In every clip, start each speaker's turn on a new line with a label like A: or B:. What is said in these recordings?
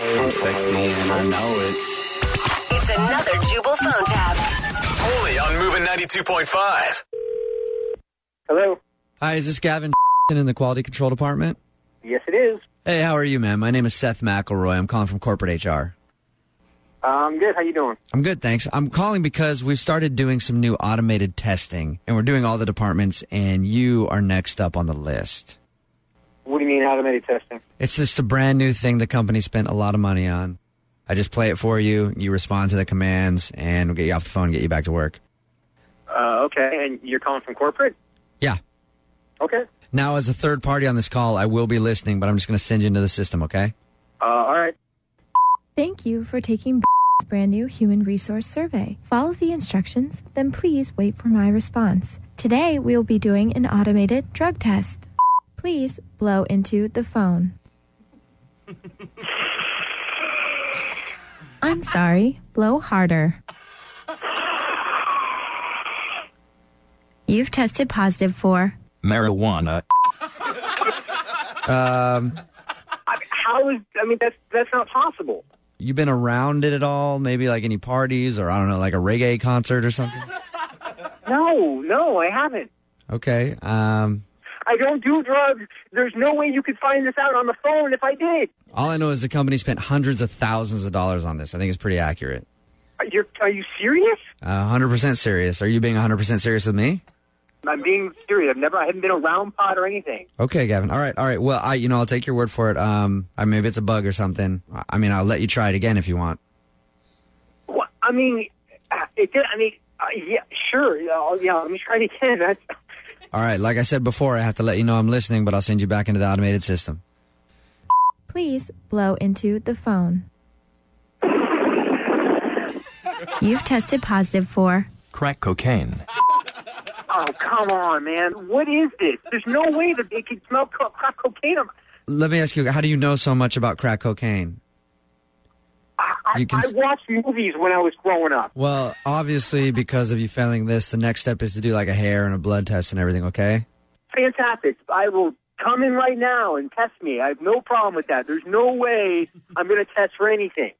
A: sexy and I know it.
B: It's another Jubal phone tab.
C: Only on Moving 92.5.
D: Hello.
E: Hi, is this Gavin in the quality control department?
D: Yes, it is.
E: Hey, how are you, man? My name is Seth McElroy. I'm calling from corporate HR.
D: Um, good. How you doing?
E: I'm good, thanks. I'm calling because we've started doing some new automated testing, and we're doing all the departments, and you are next up on the list.
D: What do you mean automated testing?
E: It's just a brand new thing the company spent a lot of money on. I just play it for you, you respond to the commands, and we'll get you off the phone, get you back to work.
D: Uh, okay. And you're calling from corporate?
E: Yeah.
D: Okay.
E: Now, as a third party on this call, I will be listening, but I'm just going to send you into the system, okay?
D: Uh, all right.
F: Thank you for taking brand new human resource survey. Follow the instructions, then please wait for my response. Today we will be doing an automated drug test. Please blow into the phone. I'm sorry, blow harder. You've tested positive for
G: marijuana.
D: I, how is? I mean, that's that's not possible.
E: You been around it at all? Maybe like any parties or I don't know, like a reggae concert or something?
D: No, no, I haven't.
E: Okay. Um,
D: I don't do drugs. There's no way you could find this out on the phone if I did.
E: all I know is the company spent hundreds of thousands of dollars on this. I think it's pretty accurate.
D: Are you are you serious?
E: Uh, 100% serious. Are you being 100% serious with me?
D: I'm being serious. I've never. I haven't been around pot or anything.
E: Okay, Gavin. All right, all right. Well, I, you know, I'll take your word for it. Um, I, maybe it's a bug or something. I- I mean, I'll let you try it again if you want.
D: What? I mean, uh, it did. I mean, uh, yeah, sure. Yeah, I'll- yeah, let me try it again. That's,
E: All right. Like I said before, I have to let you know I'm listening, but I'll send you back into the automated system.
F: Please blow into the phone. You've tested positive for
G: Crack cocaine.
D: oh, come on, man. What is this? There's no way that they could smell co- crack cocaine. on my-
E: Let me ask you, how do you know so much about crack cocaine?
D: I, I,
E: You can
D: I
E: s-
D: watched movies when I was growing up.
E: Well, obviously, because of you failing this, the next step is to do like a hair and a blood test and everything, okay?
D: Fantastic. I will come in right now and test me. I have no problem with that. There's no way I'm going to test for anything.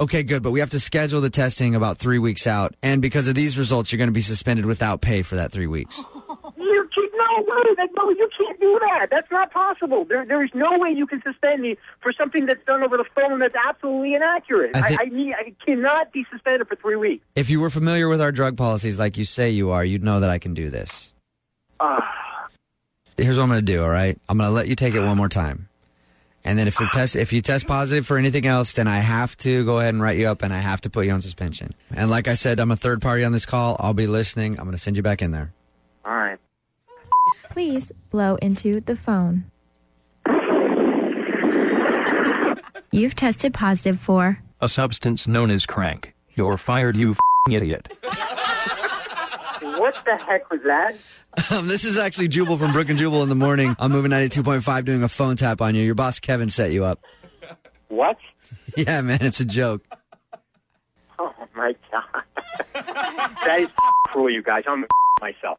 E: Okay, good, but we have to schedule the testing about three weeks out. And because of these results, you're going to be suspended without pay for that three weeks.
D: You can, no way. That, no, you can't do that. That's not possible. There, there is no way you can suspend me for something that's done over the phone that's absolutely inaccurate.
E: I
D: I,
E: think-
D: I, need, I cannot be suspended for three weeks.
E: If you were familiar with our drug policies like you say you are, you'd know that I can do this.
D: Ah,
E: Here's what I'm going to do, all right? I'm going to let you take it one more time. And then if you test if you test positive for anything else, then I have to go ahead and write you up and I have to put you on suspension. And like I said, I'm a third party on this call. I'll be listening. I'm going to send you back in there.
D: All right.
F: Please blow into the phone. You've tested positive for
G: A substance known as crank. You're fired, you f***ing idiot.
D: What the heck was that?
E: Um, this is actually Jubal from Brook and Jubal in the morning. I'm moving 92.5 doing a phone tap on you. Your boss Kevin set you up.
D: What?
E: Yeah, man, it's a joke.
D: Oh, my God. that is cruel, you guys. I'm myself.